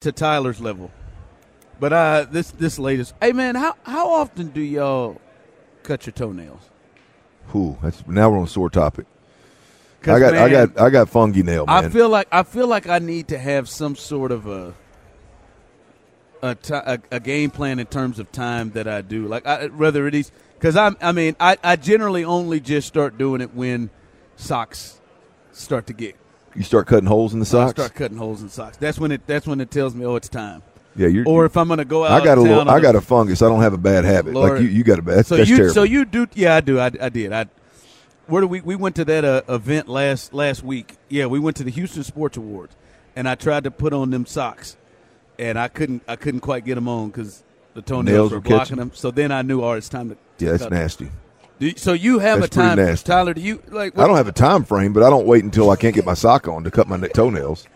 to Tyler's level. But uh, this this latest, hey man, how how often do y'all cut your toenails? Whew, that's now we're on a sore topic. 'Cause, I got I man, got I got fungi nail, man. I feel like I feel like I need to have some sort of a a, ti- a, a game plan in terms of time that I do. Like I, whether it is because I I mean I, I generally only just start doing it when socks start to get uh, you start cutting holes in the socks. start cutting holes in socks. That's when it that's when it tells me oh it's time. yeah, you're. Or if I'm gonna go out, I got a of little, town on I a- got a fungus. I don't have a bad habit. Lord. Like you, you got a bad. That's, so that's you terrible. so you do yeah I do I, I did I where do we we went to that uh, event last last week yeah we went to the Houston Sports Awards and I tried to put on them socks and I couldn't I couldn't quite get them on because the toenails Nails were were blocking catching. them so then I knew all right it's time to yeah, that's cut. nasty. Do you- so you have That's a pretty time nasty. Tyler do you like I don't have a time frame, but I don't wait until I can't get my sock on to cut my toenails.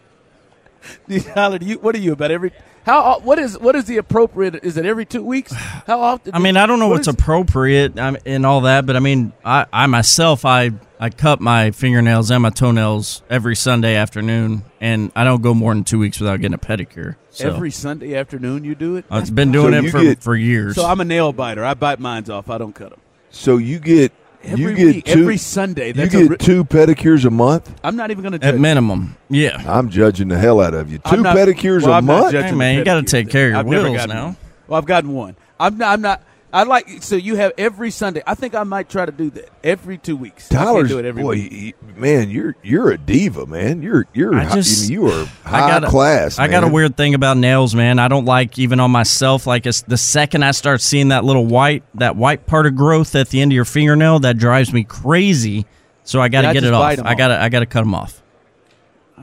Tyler do you what are you about every how o- what is what is the appropriate is it every two weeks how often I mean, I don't know what what's is- appropriate um, and all that, but I mean, I, I myself, I, I cut my fingernails and my toenails every Sunday afternoon, and I don't go more than two weeks without getting a pedicure. So Uh, every Sunday afternoon you do it I've been doing So it you for, get- for years. so I'm a nail biter I bite mines off I don't cut them. So you get Every you get week, two, every Sunday. You That's get a, ri- two pedicures a month. I'm not even going to at judge. minimum, yeah. I'm judging the hell out of you. I'm Two not- pedicures well, a I'm not month. judging Hey, man, the you gotta pedicure take care of your I've never wheels gotten now. one. Well, I've gotten one. I'm not. I'm not. I like so you have every Sunday. I think I might try to do that every two weeks. I can't Tyler's do it every boy, week. he- man, you're you're a diva, man. You're you're I hi- just- you are high I got a, class. I got a man. weird thing about nails, man. I don't like even on myself. Like it's the second I start seeing that little white, that white part of growth at the end of your fingernail, that drives me crazy. So I got to Yeah, I get just it bite off. 'em I off. got to, I got to cut them off.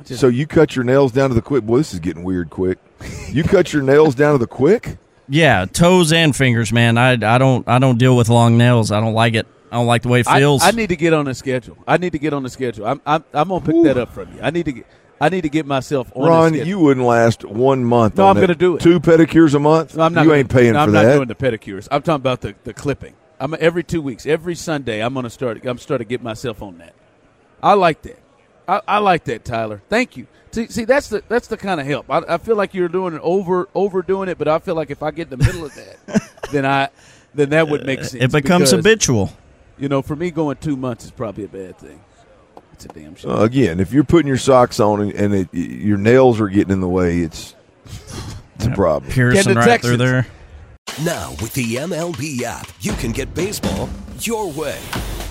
So you cut your nails down to the quick. Boy, this is getting weird quick. You cut your nails down to the quick? Yeah, toes and fingers, man. I, I don't I don't deal with long nails. I don't like it. I don't like the way it I, feels. I need to get on a schedule. I need to get on the schedule. I'm. I'm. I'm gonna pick that up from you. I need to get. I need to get myself on. a Ron, schedule. you wouldn't last one month. No, on I'm that. gonna do it. Two pedicures a month? No, I'm not. you gonna- ain't paying no, for I'm that. not doing the pedicures. I'm talking about the, the clipping. I'm every two weeks, every Sunday. I'm gonna start. I'm starting to get myself on that. I like that. I, I like that, Tyler. Thank you. See, see, that's the that's the kind of help. I, I feel like you're doing an over overdoing it, but I feel like if I get in the middle of that, then I then that would Uh, make sense. it because, becomes habitual. You know, for me, going two months is probably a bad thing. It's a damn shame. Uh, again, if you're putting your socks on and, and it, your nails are getting in the way, it's it's a problem. Piercing the right Texans- through there. Now, with the MLB app, you can get baseball your way.